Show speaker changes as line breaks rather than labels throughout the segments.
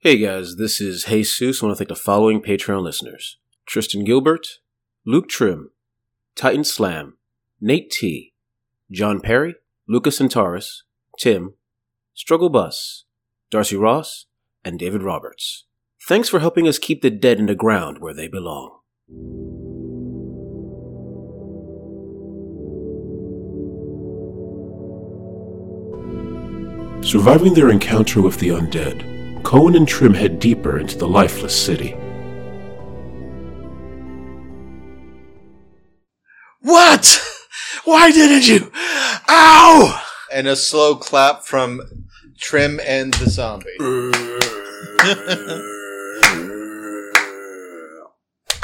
Hey guys, this is Jesus. I want to thank the following Patreon listeners Tristan Gilbert, Luke Trim, Titan Slam, Nate T, John Perry, Lucas Antares, Tim, Struggle Bus, Darcy Ross, and David Roberts. Thanks for helping us keep the dead in the ground where they belong.
Surviving their encounter with the undead, Cohen and Trim head deeper into the lifeless city.
What? Why didn't you? Ow!
and a slow clap from Trim and the zombie.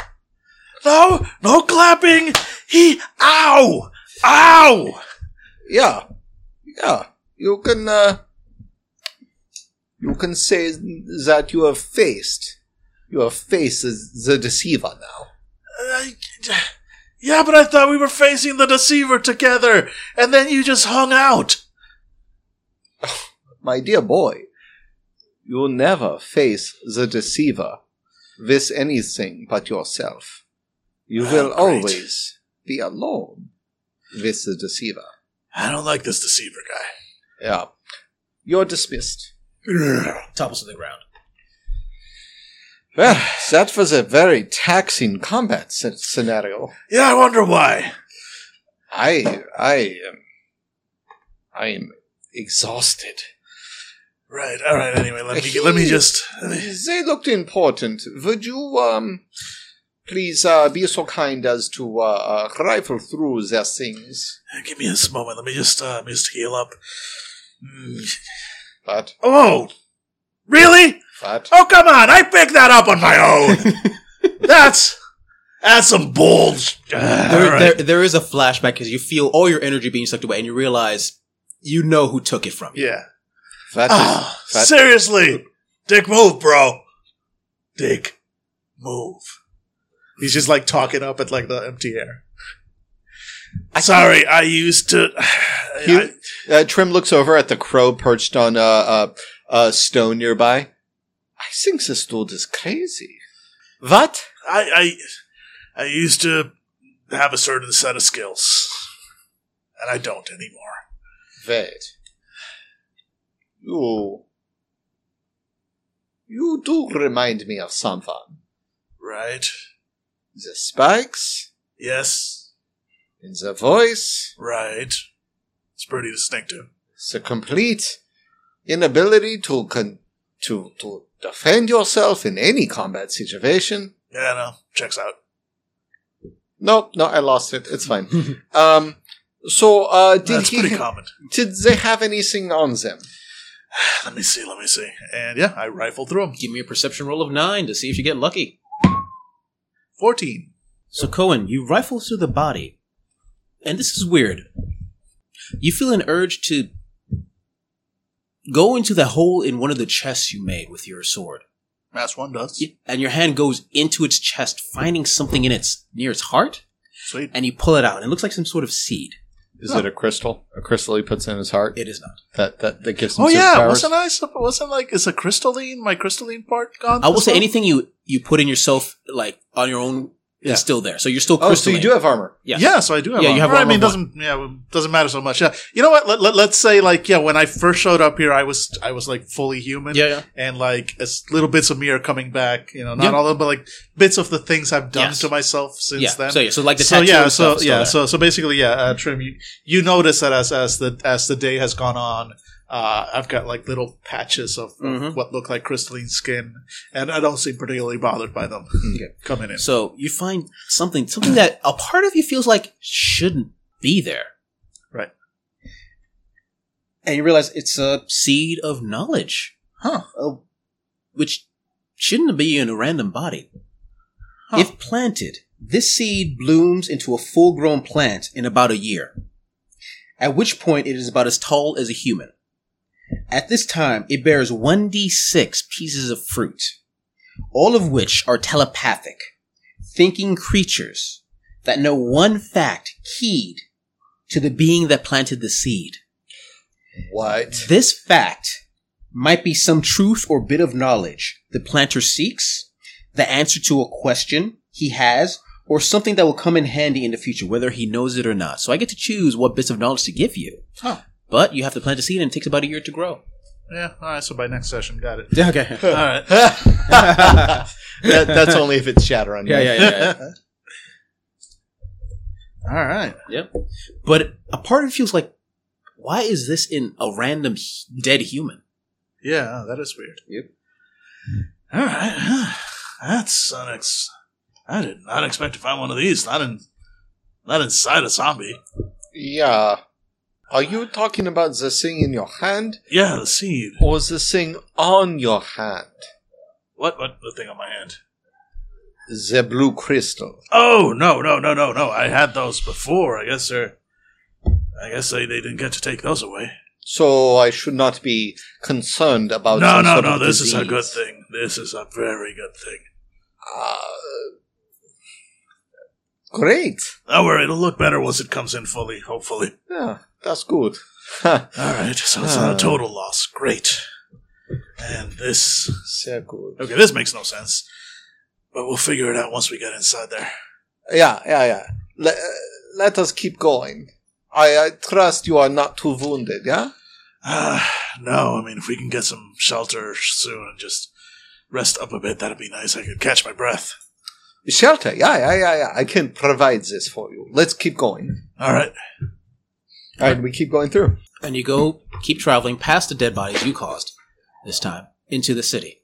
No, no clapping. He, ow, ow.
Yeah, yeah. You can uh, you can say that you have faced you have faced the- the deceiver now.
I- Yeah, but I thought we were facing the deceiver together, and then you just hung out.
My dear boy, you'll never face the deceiver with anything but yourself. You
Oh,
will
great.
always be alone with the deceiver.
I don't like this deceiver guy.
Yeah. You're dismissed.
Topples to the ground.
Well, that was a very taxing combat sce- scenario.
Yeah, I wonder why.
I, I am, I am exhausted.
Right. All right. Anyway, let me get, let me just. Let me,
They looked important. Would you, um, please uh, be so kind as to uh, uh, rifle through their things?
give me this moment. Let me just uh, let me just heal up. Mm.
But,
Oh, really?
but,
Oh, come on! I picked that up on my own. that's that's some bold. sh- Ah,
there,
all right.
there, there is a flashback because you feel all your energy being sucked away, and you realize you know who took it from you.
yeah.
that is,
Ah,
that-
seriously, Dick, move, bro. Dick, move. He's just like talking up at like the empty air. Sorry, I used to.
You-
I,
uh, Trim looks over at the crow perched on a uh, uh, uh, stone nearby. I think this dude is crazy. What?
I, I, I used to have a certain set of skills, and I don't anymore.
Wait. You. You do remind me of someone.
Right?
The spikes,
Yes.
in the voice,
Right. It's pretty distinctive.
the complete inability to con- to to defend yourself in any combat situation.
Yeah, no, checks out.
No, no, I lost it. It's fine. um, so uh, did
That's
he,
pretty common.
did they have anything on them?
Let me see, let me see. And yeah, I rifled through them.
Give me a perception roll of nine to see if you get lucky.
14.
So, Cohen, you rifle through the body, and this is weird. You feel an urge to go into the hole in one of the chests you made with your sword,
That's one does.
and your hand goes into its chest, finding something in its near its heart,
Sweet.
and you pull it out. And it looks like some sort of seed.
Is it a crystal? A crystal he puts in his heart
It is not.
that that, that gives
Oh yeah, wasn't I? supp- Wasn't like is a crystalline my crystalline part gone?
I will
as
say
well?
anything you you put in yourself, like on your own,
Yeah.
is still there. So you're still
Oh, so
crystalline.
you do have armor.
Yes.
Yeah, so I do have.
Yeah,
one.
you have
Or, I
one
mean,
of
doesn't yeah, doesn't matter so much. Yeah, you know what? Let, let, let's say like yeah, when I first showed up here, I was I was like fully human.
Yeah, yeah.
and like as little bits of me are coming back. You know, not
Yeah.
all of them, but like bits of the things I've done
Yes.
to myself since
yeah.
then.
So, yeah, so like the
so
tattoo
yeah,
and
so
stuff is still
yeah,
there.
so so basically, yeah, uh, Trim, you, you notice that as as the as the day has gone on, uh, I've got like little patches of, of
Mhm.
what look like crystalline skin, and I don't seem particularly bothered by them
Mm-hmm.
coming in.
So you find something, something that a part of you feels like shouldn't be there.
Right.
And you realize it's a seed of knowledge.
Huh.
Uh, Which shouldn't be in a random body.
Huh.
If planted, this seed blooms into a full grown plant in about a year. At which point it is about as tall as a human. At this time, it bears 1d6 pieces of fruit, all of which are telepathic thinking creatures that know one fact keyed to the being that planted the seed.
What?
This fact
might be some truth or bit of knowledge the planter seeks, the answer to a question he has, or something that will come in handy in the future, whether he knows it or not. So I get to choose what bits of knowledge to give you.
Huh.
But you have to plant a seed and it takes about a year to grow.
Yeah, all right, so by next session, got it.
Yeah, okay.
All right.
that, that's only if it's shatter on you.
All right.
But a part of it feels like, why is this in a random h- dead human?
Yeah, oh, that is weird.
Yep.
All right. That's unex. I did not expect to find one of these. Not in, not inside a zombie.
Yeah. Are you talking about the thing in your hand
Yeah, the seed.
or the thing on your hand?
What? What? The thing on my hand.
The blue crystal.
Oh no, no, no, no, no! I had those before. I guess they're. I guess they, they didn't get to take those away.
So I should not be concerned about
No,
Oh, some
no,
sort
no!
of
This is a
disease.
good thing. This is a very good thing.
Uh, great.
Don't worry, it'll look better once it comes in fully. Hopefully.
Yeah, that's good.
All right, so it's not
Ah.
a total loss. Great. And this
so good.
Okay, this makes no sense. But we'll figure it out once we get inside there.
Yeah, yeah, yeah. Le- uh, let us keep going. I, I trust you are not too wounded, yeah?
Uh, no, I mean, if we can get some shelter soon and just rest up a bit, that'd be nice. I could catch my breath.
Shelter, yeah, yeah, yeah, yeah. I can provide this for you. Let's keep going.
All right.
All right, we keep going through.
And you go, keep traveling past the dead bodies you caused this time into the city.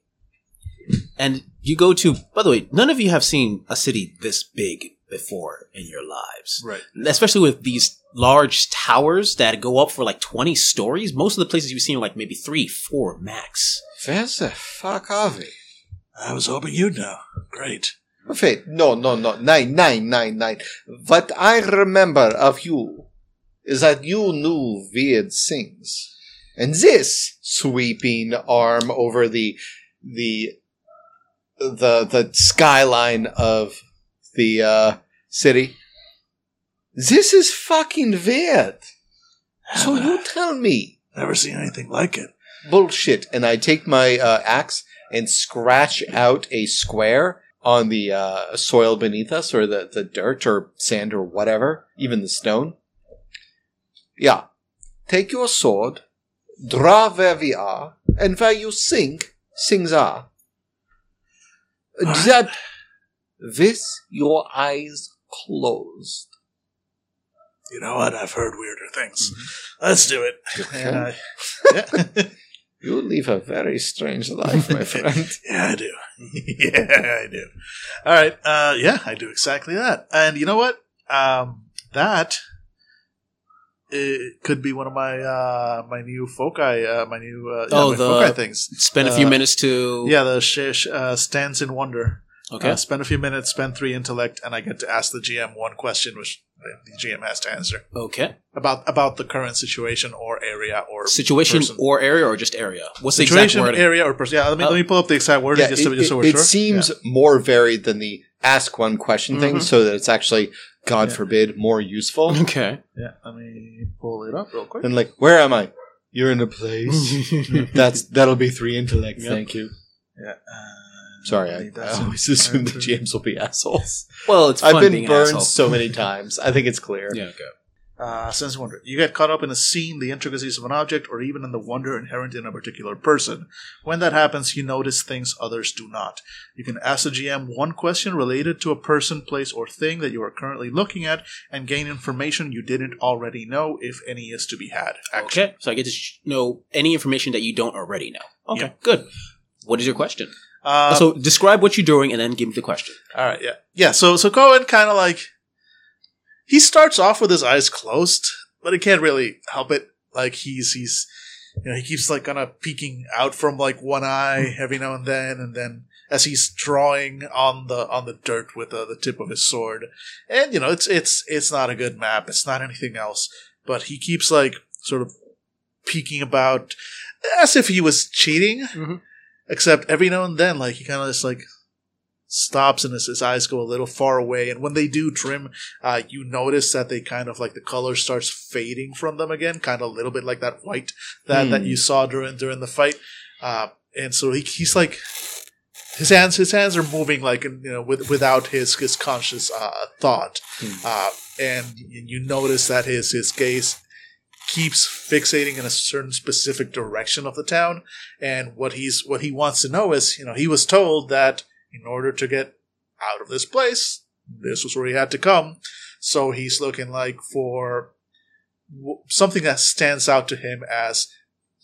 And you go to, by the way, none of you have seen a city this big before in your lives.
Right.
Especially with these large towers that go up for like 20 stories. Most of the places you've seen are like maybe three, four max.
Where the fuck are we?
I was hoping you'd know. Great.
Wait, no, no, no. Nine, nine, nine, nine. What I remember of you is that you knew weird things. And this sweeping arm over the, the, the, the skyline of the, uh, city. This is fucking weird. So you tell me
uh, Never seen anything like it.
bullshit and i take my uh, axe and scratch out a square on the uh, soil beneath us or the, the dirt or sand or whatever even the stone yeah take your sword draw where we are and where you think things are that with your eyes closed
You know what? I've heard weirder things.
Mm-hmm.
Let's do it. And I-
you live a very strange life my friend
Yeah, I do. yeah, I do. All right. Uh, yeah, I do exactly that. And you know what? Um, that it could be one of my uh, my new foci, uh, my new uh, yeah,
Oh,
my
the-
foci things.
Spend a few
Uh,
minutes to.
Yeah, the sh- sh- uh, stands in wonder.
Okay.
Uh, spend a few minutes, spend three intellect, and I get to ask the GM one question, which the GM has to answer
okay.
about about the current situation or area or
Situation
person.
or area or just area? What's the
situation,
exact wording?
area, or person. Yeah, let me
Oh.
let me pull up the exact wording
Yeah,
just, to,
it,
just so
it-
we're
it
sure.
seems more varied than the ask one question thing,
Mhm.
so that it's actually, God
Yeah.
forbid, more useful.
Okay.
Yeah, let me pull it up real quick.
and like, where am I? You're in a place. That's that'll be three intellect.
Yep.
Thank you.
Yeah. Uh,
Sorry, I, uh,
believe
I
that's
always
it.
assume the
Answer.
GMs will be assholes.
well, it's fun
I've been
being
burned
an
so
asshole.
many times. I think it's clear.
Yeah, okay.
Uh, sense of wonder. You get caught up in a scene, the intricacies of an object, or even in the wonder inherent in a particular person. When that happens, you notice things others do not. You can ask the GM one question related to a person, place, or thing that you are currently looking at, and gain information you didn't already know, if any is to be had. Action.
Okay, so I get to sh- know any information that you don't already know. Okay,
Yeah.
good. What is your question?
Uh,
so describe what you're doing and then give me the question.
All right, yeah, yeah. So so Cohen kind of like he starts off with his eyes closed, but he can't really help it. Like he's he's you know he keeps like kind of peeking out from like one eye every now and then, and then as he's drawing on the on the dirt with uh, the tip of his sword, and you know it's it's it's not a good map. It's not anything else, but he keeps like sort of peeking about as if he was cheating.
Mhm.
Except every now and then, like he kind of just like stops and his, his eyes go a little far away. And when they do trim, uh, you notice that they kind of like the color starts fading from them again, kind of a little bit like that white that, that
Hmm.
you saw during during the fight. Uh, and so he, he's like, his hands, his hands are moving like you know, with, without his his conscious uh, thought, uh, and you notice that his his gaze keeps fixating in a certain specific direction of the town. And what he's what he wants to know is, you know, he was told that in order to get out of this place, this was where he had to come. So he's looking like for w- something that stands out to him as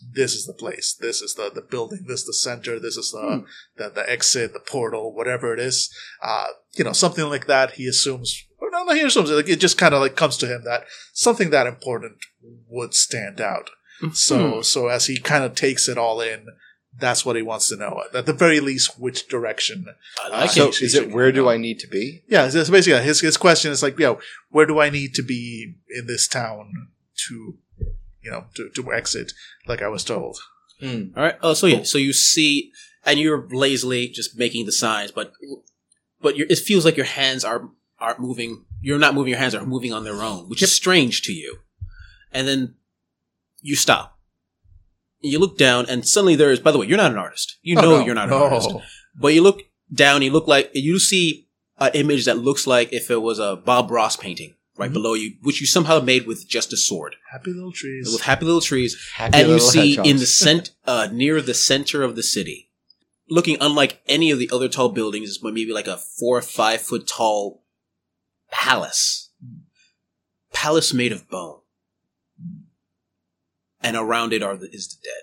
this is the place, this is the, the building, this is the center, this is the, the the exit, the portal, whatever it is. Uh, you know, something like that. He assumes, or no, no, he assumes like it just kind of like comes to him that something that important would stand out. So so as he kind of takes it all in, that's what he wants to know. At the very least, which direction? uh,
I
I
like
so
it.
can't
is
teach
it
it,
where do
no.
I need to be?
Yeah, so that's basically his his question is like, yo, where do I need to be in this town to, you know, to, to exit? Like I was told.
All right. Oh, so yeah. So you see, and you're lazily just making the signs, but but you're, it feels like your hands are are moving. You're not moving. Your hands are moving on their own, which is strange to you. And then you stop. You look down, and suddenly there is. By the way, you're not an artist. You know you're not an artist.
Oh,
But you look down, you look like you see an image that looks like if it was a Bob Ross painting right below you, which you somehow made with just a sword
Happy little trees.
with happy little trees,
Happy
and you
little
see
hedgehogs.
in the cent- uh, near the center of the city, looking unlike any of the other tall buildings, is maybe like a four or five foot tall palace, palace made of bone, and around it are the, is the dead.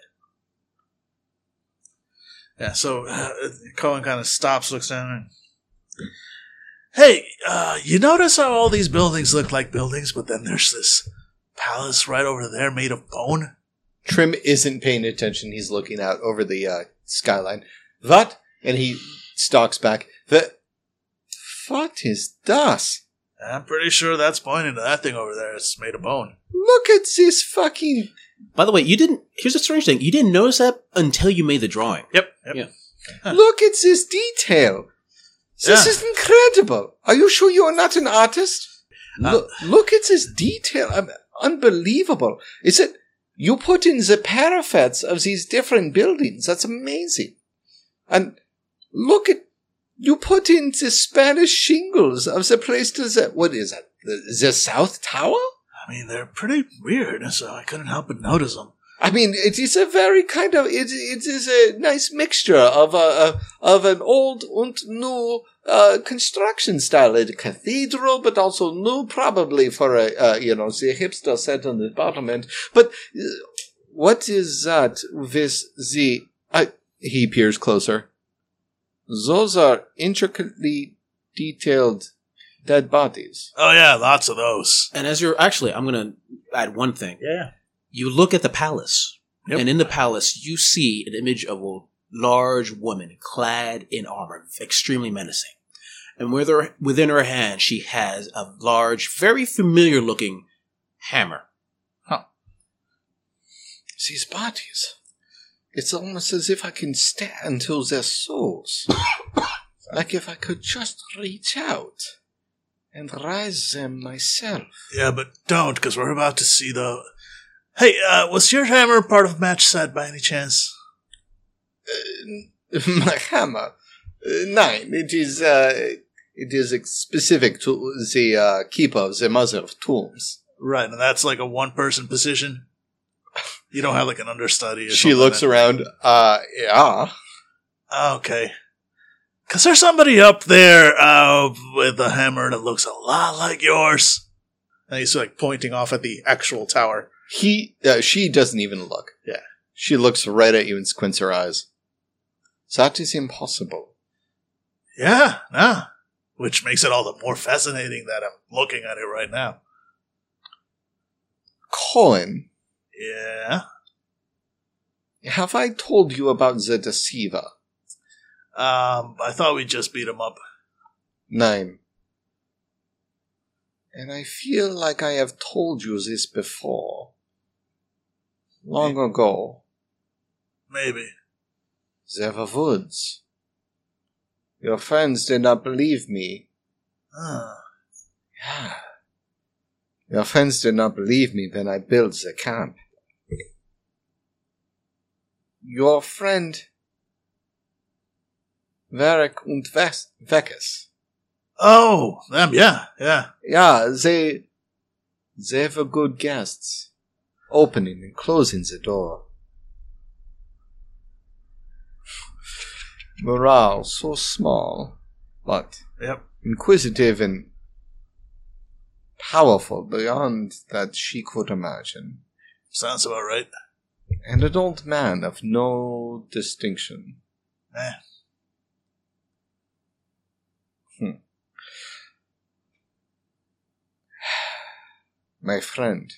Yeah, so uh, Cohen kind of stops, looks down, and hey, uh, you notice how all these buildings look like buildings, but then there's this palace right over there made of bone.
Trim isn't paying attention. He's looking out over the uh, skyline. What? And he stalks back. The what is das?
I'm pretty sure that's pointing to that thing over there. It's made of bone.
Look at this fucking.
By the way, you didn't. Here's a strange thing: you didn't notice that until you made the drawing.
Yep. yep.
Yeah.
Look at this detail. This
Yeah.
is incredible. Are you sure you are not an artist?
Uh,
look, look at this detail. Um, unbelievable. Is it? You put in the parapets of these different buildings. That's amazing. And look at you put in the Spanish shingles of the place to the what is that? The, the South Tower?
I mean, they're pretty weird, so I couldn't help but notice them.
I mean, it is a very kind of it. It is a nice mixture of a, a of an old and new uh, construction style, a cathedral, but also new, probably for a uh, you know the hipster set on the bottom end. But uh, what is that with the? I he peers closer. Those are intricately detailed dead bodies.
Oh yeah, lots of those.
And as you're actually, I'm gonna add one thing.
Yeah.
you look at the palace,
Yep.
and in the palace, you see an image of a large woman clad in armor, extremely menacing. And with her, within her hand, she has a large, very familiar looking hammer.
These bodies. It's almost as if I can stare into their souls. like if I could just reach out and rise them myself.
Yeah, but don't, because we're about to see the. Hey, uh, was your hammer part of match set by any chance?
My hammer. Uh, Nine. It is, uh, it is ex- specific to the uh, keeper of the mother of tombs.
Right, and that's like a one-person position. You don't have like an understudy. Or
She
something
looks
like
around. Uh, yeah.
that. Ah, Okay, because there's somebody up there uh, with a hammer that looks a lot like yours. And he's like pointing off at the actual tower.
He, uh, she doesn't even look.
Yeah.
She looks right at you and squints her eyes. That is impossible.
Yeah, nah. Which makes it all the more fascinating that I'm looking at it right now.
Colin,
Yeah.
have I told you about the deceiver?
Um, I thought we just beat him up.
Nine. And I feel like I have told you this before. Long ago,
Maybe.
there were woods. Your friends did not believe me.
Huh.
Yeah. Your friends did not believe me when I built the camp. your friend Varric und Ves- Vekis.
Oh, them. Yeah, yeah.
Yeah, they they were good guests, opening and closing the door. Morale so small, but
Yep.
inquisitive and powerful beyond that she could imagine.
Sounds about right.
And an old man of no distinction.
Eh.
My friend,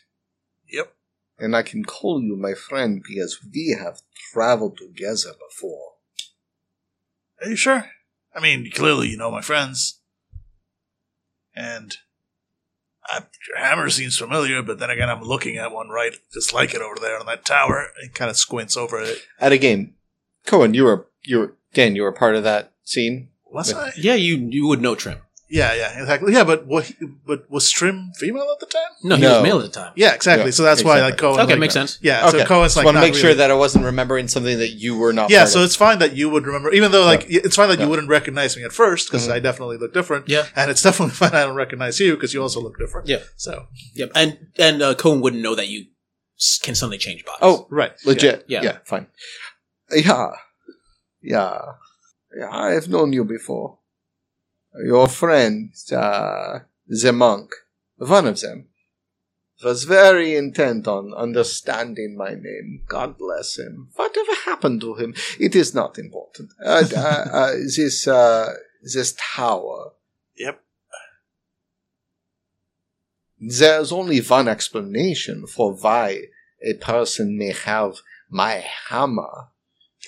Yep.
and I can call you my friend because we have traveled together before.
Are you sure? I mean, clearly you know my friends. And I, your hammer seems familiar, but then again, I'm looking at one right just like it over there on that tower. It kind of squints over at it.
At a game, Cohen, you were you were Dan, you were part of that scene.
Was I?
Yeah, you you would know Trim.
Yeah, yeah, exactly. Yeah, but what? But was Trim female at the time?
No, he
No.
was male at the time.
Yeah, exactly.
Yeah,
so that's why like
exactly.
Cohen.
Okay,
like,
makes sense.
Yeah, so Cohen's
Just
like
want to
not
make sure
really-
that I wasn't remembering something that you were not.
Yeah,
part
so
of.
it's fine that you would remember, even though like it's fine that
Yeah.
you wouldn't recognize me at first because
Mhm.
I definitely look different.
Yeah.
and it's definitely fine I don't recognize you because you also look different.
Yeah.
So
Yep. And and uh, Cohen wouldn't know that you s- can suddenly change bodies.
Oh,
right,
legit.
Yeah.
Yeah,
Yeah.
fine. Yeah, yeah, yeah. I've known you before. Your friend, uh, the monk, one of them, was very intent on understanding my name. God bless him. Whatever happened to him, it is not important. Uh, uh, uh, this, uh, this tower.
Yep.
There's only one explanation for why a person may have my hammer.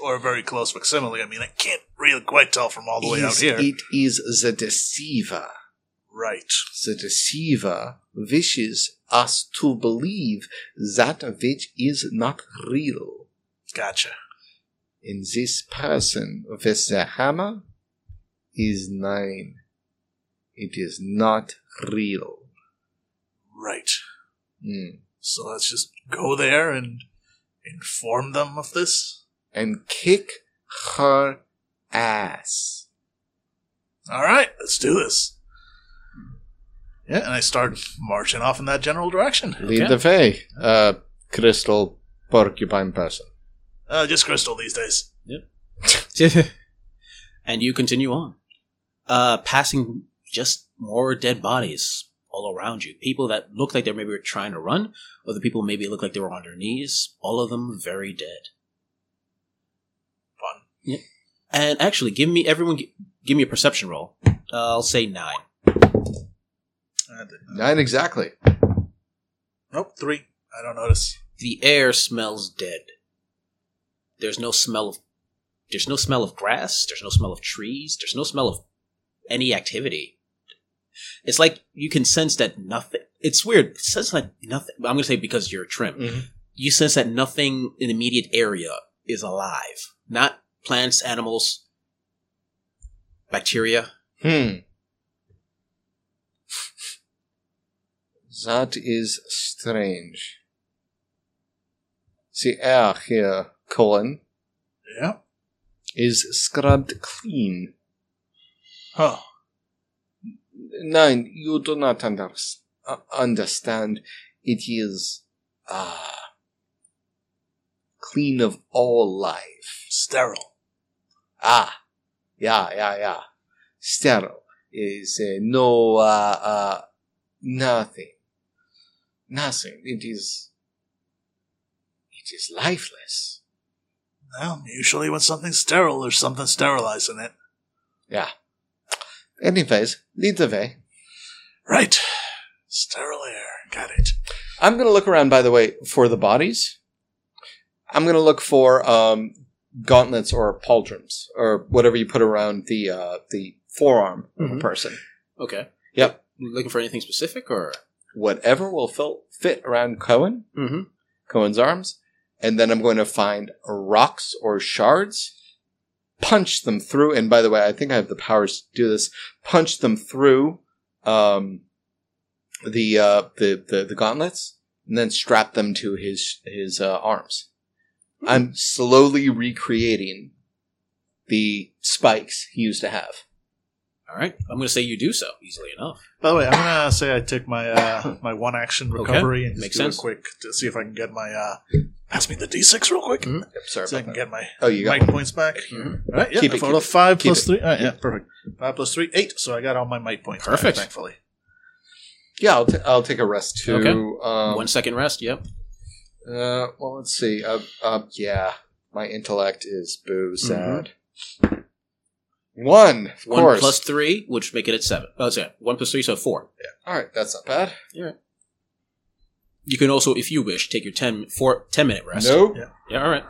or a very close facsimile. I mean, I can't really quite tell from all the way out
is
here.
It is the deceiver.
Right.
The deceiver wishes us to believe that which is not real.
Gotcha.
In this person with the hammer is nine. It is not real.
Right.
Mm.
So let's just go there and inform them of this.
And kick her ass.
All right, let's do this. Yeah, and I start marching off in that general direction.
Lead
Okay.
the way, uh, crystal porcupine person.
Uh, just crystal these days.
and you continue on, uh, passing just more dead bodies all around you. People that look like they maybe were trying to run, other people maybe look like they were on their knees. All of them very dead.
Fun.
And actually, give me everyone. gi- Give me a perception roll. Uh, I'll say nine.
I did not-
Nine exactly.
Nope, three. I don't notice.
The air smells dead. There's no smell of there's no smell of grass, there's no smell of trees, there's no smell of any activity. It's like you can sense that nothing it's weird. It sense that nothing I'm gonna say because you're trim.
Mhm.
You sense that nothing in the immediate area is alive. Not plants, animals, bacteria.
Hmm. That is strange. The air here, Colin,
Yeah.
is scrubbed clean.
Huh.
Nine, you do not unders- uh, understand. It is ah clean of all life.
Sterile.
Ah, yeah, yeah, yeah. Sterile is uh, no, uh, uh, nothing. Nothing. It is, it is lifeless.
Well, usually when something's sterile, there's something sterilized in it.
Yeah. Anyways, lead the way.
Right. Sterile air. Got it.
I'm gonna look around, by the way, for the bodies. I'm gonna look for, um, gauntlets or pauldrons or whatever you put around the, uh, the forearm of
Mm-hmm.
Mhm.
a person.
Okay.
Yep.
Looking for anything specific or
Whatever will fill, fit around Cohen.
mm-hmm.
Cohen's arms, and then I'm going to find rocks or shards, punch them through. And by the way, I think I have the powers to do this. Punch them through um, the, uh, the the the gauntlets, and then strap them to his his uh, arms. I'm slowly recreating the spikes he used to have.
All right. I'm going to say you do so easily enough.
By the way, I'm gonna say I took my uh, my one action
Okay.
recovery and just
Makes
do
sense.
it quick to see if I can get my uh, pass me the d6 real quick
Mhm.
Yep, sorry
so I can
about that.
get my
Oh, you got Mm-hmm.
mic points back. All right, yeah,
Keep
keep
it,
it,
keep it,
five
keep
plus
it. Mm-hmm.
three. All right, yeah, perfect. Five plus three, eight. So I got all my might points. back,
Perfect.
thankfully.
Yeah, I'll, t- I'll take a rest too.
Okay.
Um,
One second rest. Yep.
uh, well, let's see. Uh, uh, yeah, my intellect is boo sad. One, of
One
course.
plus three, which make it at seven. Oh, that's it. One plus three, so four.
All right, that's not bad.
You can also, if you wish, take your 10, four, 10 minute rest.
Nope.
Yeah.
Yeah, all right.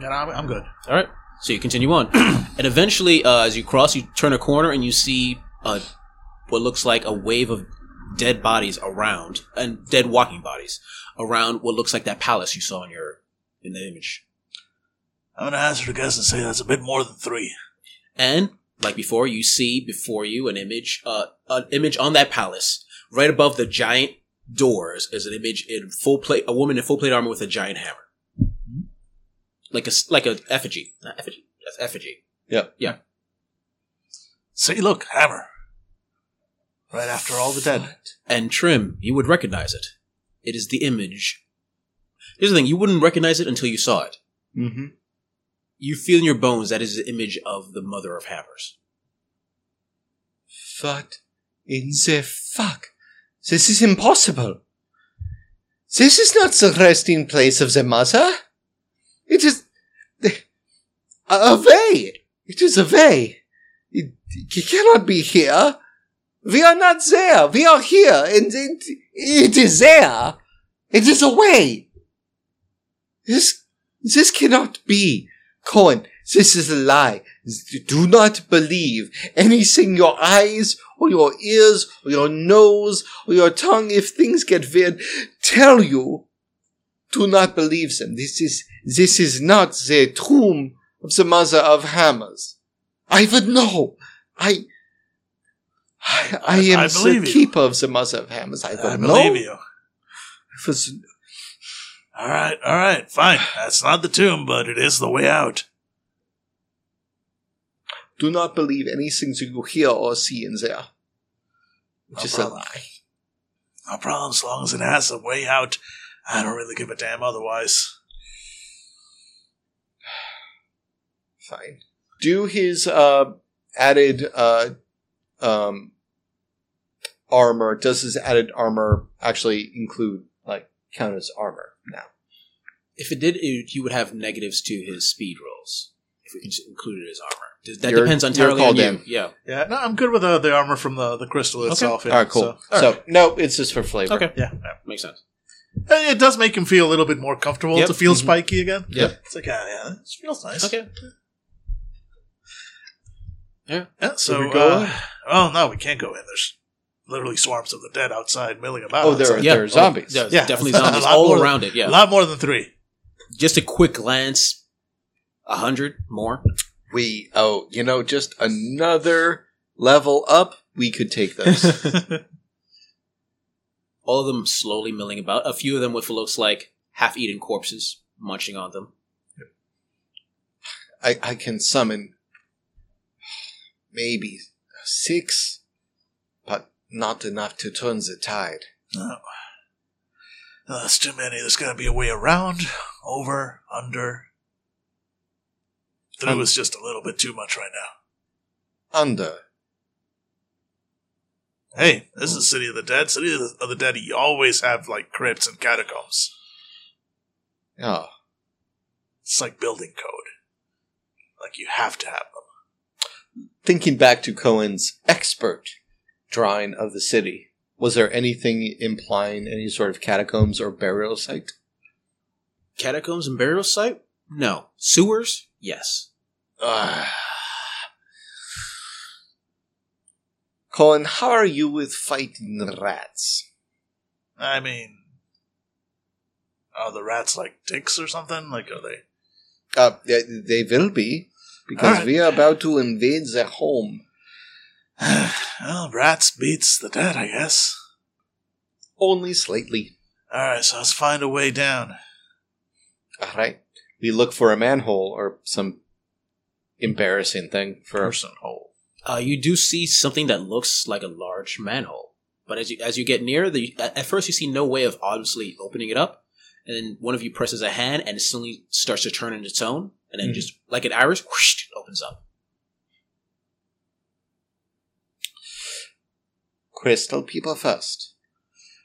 Yeah, no, I'm, I'm good.
All right. So you continue on. and eventually, uh, as you cross, you turn a corner and you see uh, what looks like a wave of dead bodies around, and dead walking bodies around what looks like that palace you saw in your in the image.
I'm gonna hazard a guess and say that's a bit more than three.
And like before, you see before you an image, uh, an image on that palace. Right above the giant doors is an image in full plate, a woman in full plate armor with a giant hammer, like a s- like a effigy, not effigy, that's effigy.
See, look, hammer. Right after all the dead.
And Trim, you would recognize it. It is the image. Here's the thing: you wouldn't recognize it until you saw it.
Mm-hmm.
You feel in your bones that is the image of the Mother of Hammers.
What in the fuck? This is impossible. This is not the resting place of the mother. It is away. It is away. It, it cannot be here. We are not there. We are here, and it, it is there. It is away. This this cannot be, Cohen. This is a lie. Do not believe anything your eyes or your ears or your nose or your tongue, if things get weird, tell you. Do not believe them. This is, this is not the tomb of the mother of hammers. I would know. I, I, I am
I
the
believe you.
keeper of the mother of hammers. I would
I
know.
believe you.
It was-
All right, all right, fine. That's not the tomb, but it is the way out.
do not believe anything that you hear or see in there. Which
No
is
problem.
a lie.
No problem, as long as it has a way out. I don't really give a damn otherwise.
Fine. Do his uh, added uh, um, armor. Does his added armor actually include like count as armor now?
If it did, it, he would have negatives to his speed rolls if it just included his armor. Does- That
You're-
depends
you're
entirely on
called
you.
in.
Yeah.
Yeah, no, I'm good with uh, the armor from the, the crystal itself. yeah,
all right, cool. So,
so- all right.
no, it's just for flavor.
Okay.
yeah,
Makes sense.
yeah. It does make him feel a little bit more comfortable
Yep.
to feel
Mhm.
spiky again.
Yep.
It's like, ah, yeah, it feels nice.
Okay.
Yeah, so,
we go
uh, well, no, we can't go in. There's literally swarms of the dead outside milling about.
Oh, there are,
outside.
Yeah.
there are zombies.
There's
Yeah.
definitely
A lot
zombies all
more than-
around it.
A
Yeah.
lot more than three.
Just a quick glance. A hundred more.
We oh, you know, just another level up. We could take those.
All of them slowly milling about. A few of them with what looks like half-eaten corpses munching on them.
I, I can summon maybe six, but not enough to turn the tide.
No. No, that's too many. There's got to be a way around, over, under. Through
Um,
is just a little bit too much right now.
Under.
Hey, this is the City of the Dead. City of the, of the Dead, you always have, like, crypts and catacombs.
Oh.
It's like building code. Like, you have to have them.
Thinking back to Cohen's expert drawing of the city, was there anything implying any sort of catacombs or burial site?
Catacombs and burial site? No. Sewers? Yes.
Ah. Cohen, how are you with fighting rats?
I mean, are the rats like dicks or something? Like, are they?
Uh, they, they will be, because
Alright.
we are about to invade their home.
well, rats beats the dead, I guess.
Only slightly.
All right, so let's find a way down.
All right. we look for a manhole or some embarrassing thing for
Person hole.
Uh, you do see something that looks like a large manhole, but as you as you get near, the at at first you see no way of obviously opening it up, and then one of you presses a hand, and it suddenly starts to turn on its own, and then
Mhm.
just like an iris, whoosh, it opens up.
crystal people first.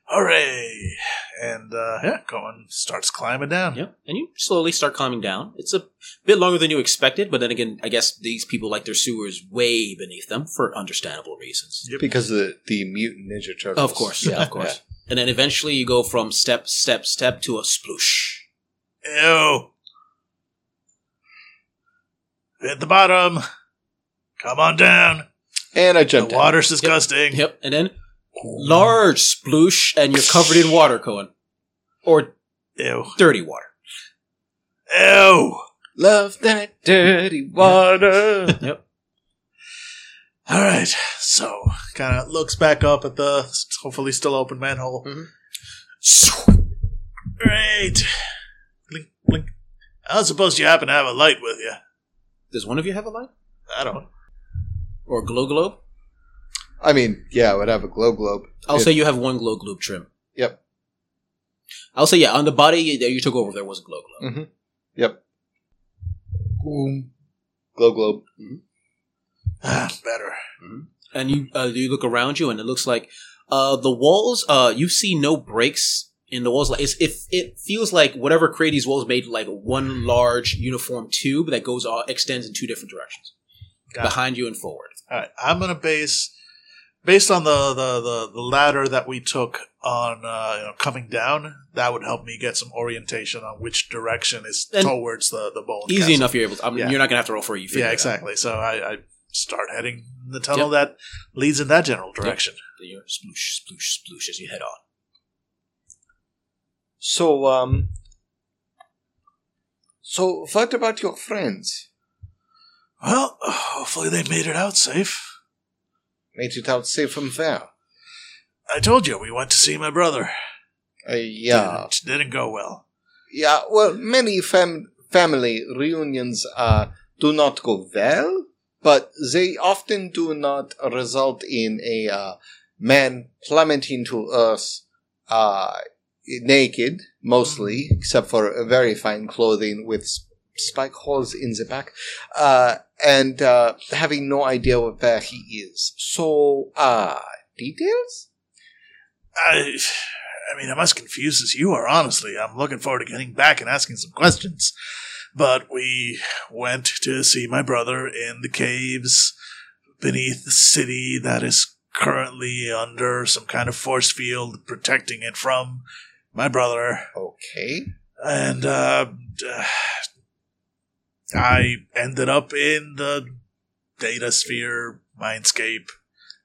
Hooray! And uh, yeah, Cohen starts climbing down.
Yeah, and you slowly start calming down. It's a bit longer than you expected, but then again, I guess these people like their sewers way beneath them for understandable reasons.
Yep.
Because of the, the mutant ninja turtles.
Of course, yeah, of course. And then eventually you go from step, step, step to a sploosh.
Ew. At the bottom. Come on down.
And I
The
jumped out.
water's disgusting.
Yep, and then large sploosh, and you're covered in water, Cohen, or
Ew.
dirty water.
Ew.
Love that dirty water.
Yep.
All right. So, kind of looks back up at the hopefully still open manhole. Mm-hmm. Great. Blink, blink. I was supposed you happen to have a light with you.
Does one of you have a light
I don't.
or a glow globe?
I mean, yeah, I would have a glow globe.
I'll
It-
say you have one glow globe trim.
Yep.
I'll say yeah. On the body that you took over, there was a glow globe.
Yep. Glow globe.
Ah, better.
and you uh, you look around you and it looks like uh the walls uh you see no breaks in the walls like it's, it it feels like whatever created these walls made like one large uniform tube that goes all extends in two different directions
Got it.
behind you and forward
All right, I'm gonna base based on the the the, the ladder that we took on uh, you know, coming down. That would help me get some orientation on which direction is
And-
towards the the bone.
easy
castle.
enough you're able to, I mean,
Yeah.
you're not gonna have to roll for it, you figure it
Yeah,
out.
exactly. So I, I start heading the tunnel that leads in that general direction.
Then you're sploosh sploosh sploosh as you head on
So, um. So, what about your friends?
Well, hopefully they made it out safe.
Made it out safe from there.
I told you we went to see my brother.
Uh, yeah.
Didn't, didn't go well.
Yeah, well, many fam- family reunions uh, do not go well, but they often do not result in a uh, man plummeting to earth uh, naked, mostly, except for very fine clothing with sp- spike holes in the back, uh, and uh, having no idea where he is. So, uh, details?
I, I mean, I'm as confused as you are, honestly. I'm looking forward to getting back and asking some questions. But we went to see my brother in the caves beneath the city that is currently under some kind of force field protecting it from my brother.
Okay.
And, uh, I ended up in the data sphere mindscape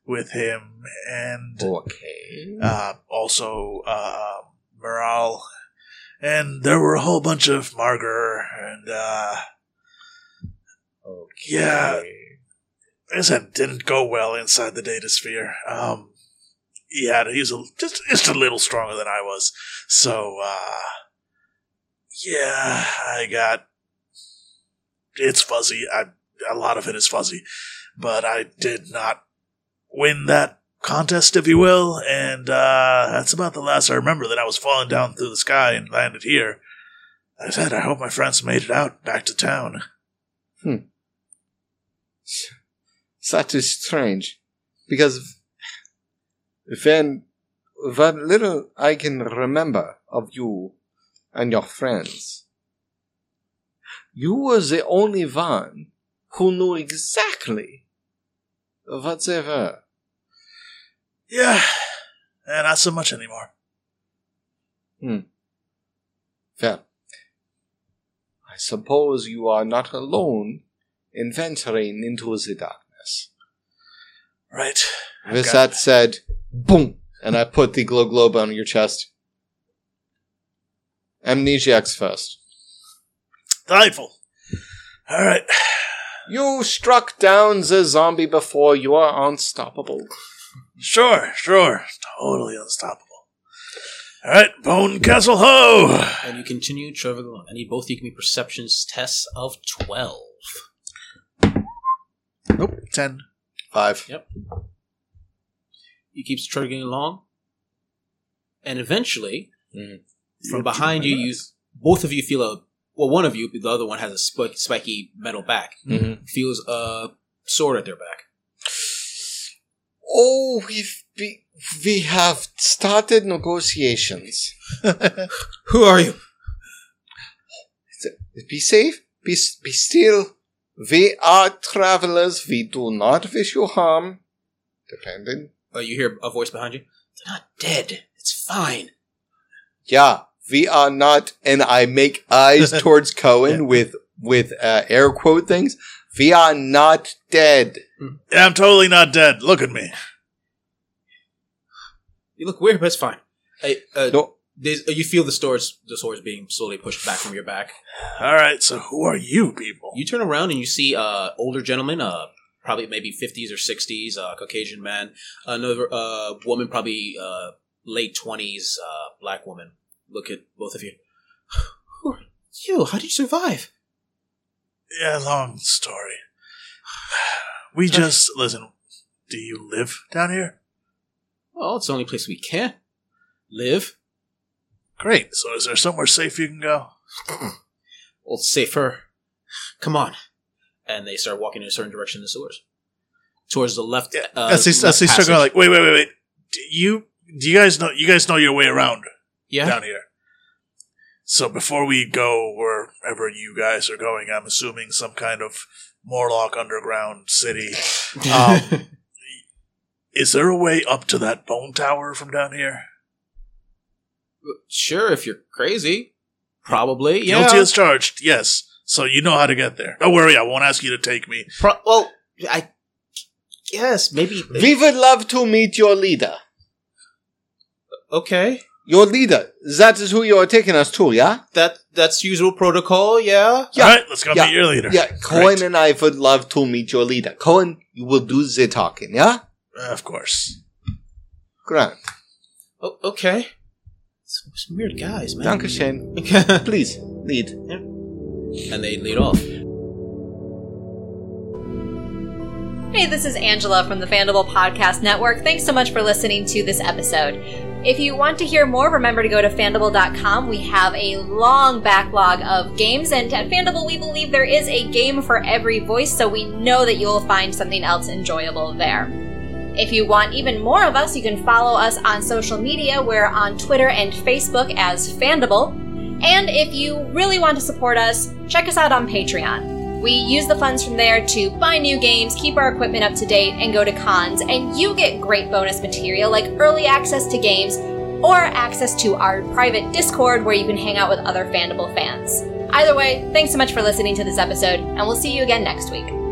with him and
Okay.
uh, also uh, Morale, and there were a whole bunch of Marger, and uh,
okay.
yeah. as I said, didn't go well inside the data sphere. Um, he had he's a, just just a little stronger than I was, so uh, yeah, I got it's fuzzy. I a lot of it is fuzzy, but I did not win that contest, if you will, and uh, that's about the last I remember that I was falling down through the sky and landed here. I said, I hope my friends made it out back to town.
That is strange, because when what little I can remember of you and your friends, you were the only one who knew exactly what they were.
Yeah, and not so much anymore.
Well, I suppose you are not alone in venturing into the darkness.
Right. I've
With
got-
that said, boom, and I put the glow globe on your chest. Amnesiacs first.
Delightful. All right.
You struck down the zombie before. You are unstoppable.
Sure, sure. Totally unstoppable. All right, Bone Castle Ho!
And you continue traveling along. I need both of you to give me perceptions tests of 12.
Nope, 10.
Five.
He keeps trudging along. And eventually,
Mhm.
from behind you, you, both of you feel a, well, one of you, the other one has a sp- spiky metal back,
Mhm.
feels a sword at their back.
Oh, we've be- we have started negotiations.
Who are you?
Be safe. Be, s- be still. We are travelers. We do not wish you harm. Depending.
Uh, you hear a voice behind you. They're not dead. It's fine.
Yeah, we are not. And I make eyes towards Cohen with with uh, air quote things. We are not dead.
Yeah, I'm totally not dead. Look at me.
You look weird, but it's fine. Uh, uh,
No,
there's- uh, you feel the swords, the swords being slowly pushed back from your back.
All right, so who are you people?
You turn around and you see uh, older gentleman, uh, probably maybe fifties or sixties, uh, Caucasian man, another uh, woman, probably uh, late twenties, uh, black woman. Look at both of you. Who are you? How did you survive?
Yeah, long story. We just listen. Do you live down here?
Well, it's the only place we can live.
Great. So, is there somewhere safe you can go?
Well, it's safer. Come on. And they start walking in a certain direction in the sewers, towards the left.
Yeah,
uh,
as he's, as
left
he's still
passage.
going, like, wait, wait, wait, wait. Do you do you guys know you guys know your way around
yeah.
down here? So before we go wherever you guys are going, I'm assuming some kind of Morlock underground city. Um, is there a way up to that bone tower from down here?
Sure, if you're crazy, probably. Yeah.
Guilty as charged. Yes. So you know how to get there. Don't worry, I won't ask you to take me.
Pro- well, I guess maybe.
we would love to meet your leader.
okay,
Your leader. That is who you are taking us to. Yeah.
that that's usual protocol. Yeah.
Yeah.
All right, let's go
Yeah.
meet your leader.
Yeah, Cohen and I would love to meet your leader. Cohen, you will do the talking, yeah?
Uh, of course.
Grant.
O- okay. Some, some weird guys, man.
Dankeschön.
and
Please, lead.
they lead off.
Hey, this is Angela from the Fandible Podcast Network. Thanks so much for listening to this episode. If you want to hear more, remember to go to fandible.com. We have a long backlog of games, and at Fandible, we believe there is a game for every voice, so we know that you'll find something else enjoyable there. If you want even more of us, you can follow us on social media. We're on Twitter and Facebook as Fandible. And if you really want to support us, check us out on Patreon. We use the funds from there to buy new games, keep our equipment up to date, and go to cons, and you get great bonus material like early access to games or access to our private Discord where you can hang out with other Fandible fans. Either way, thanks so much for listening to this episode, and we'll see you again next week.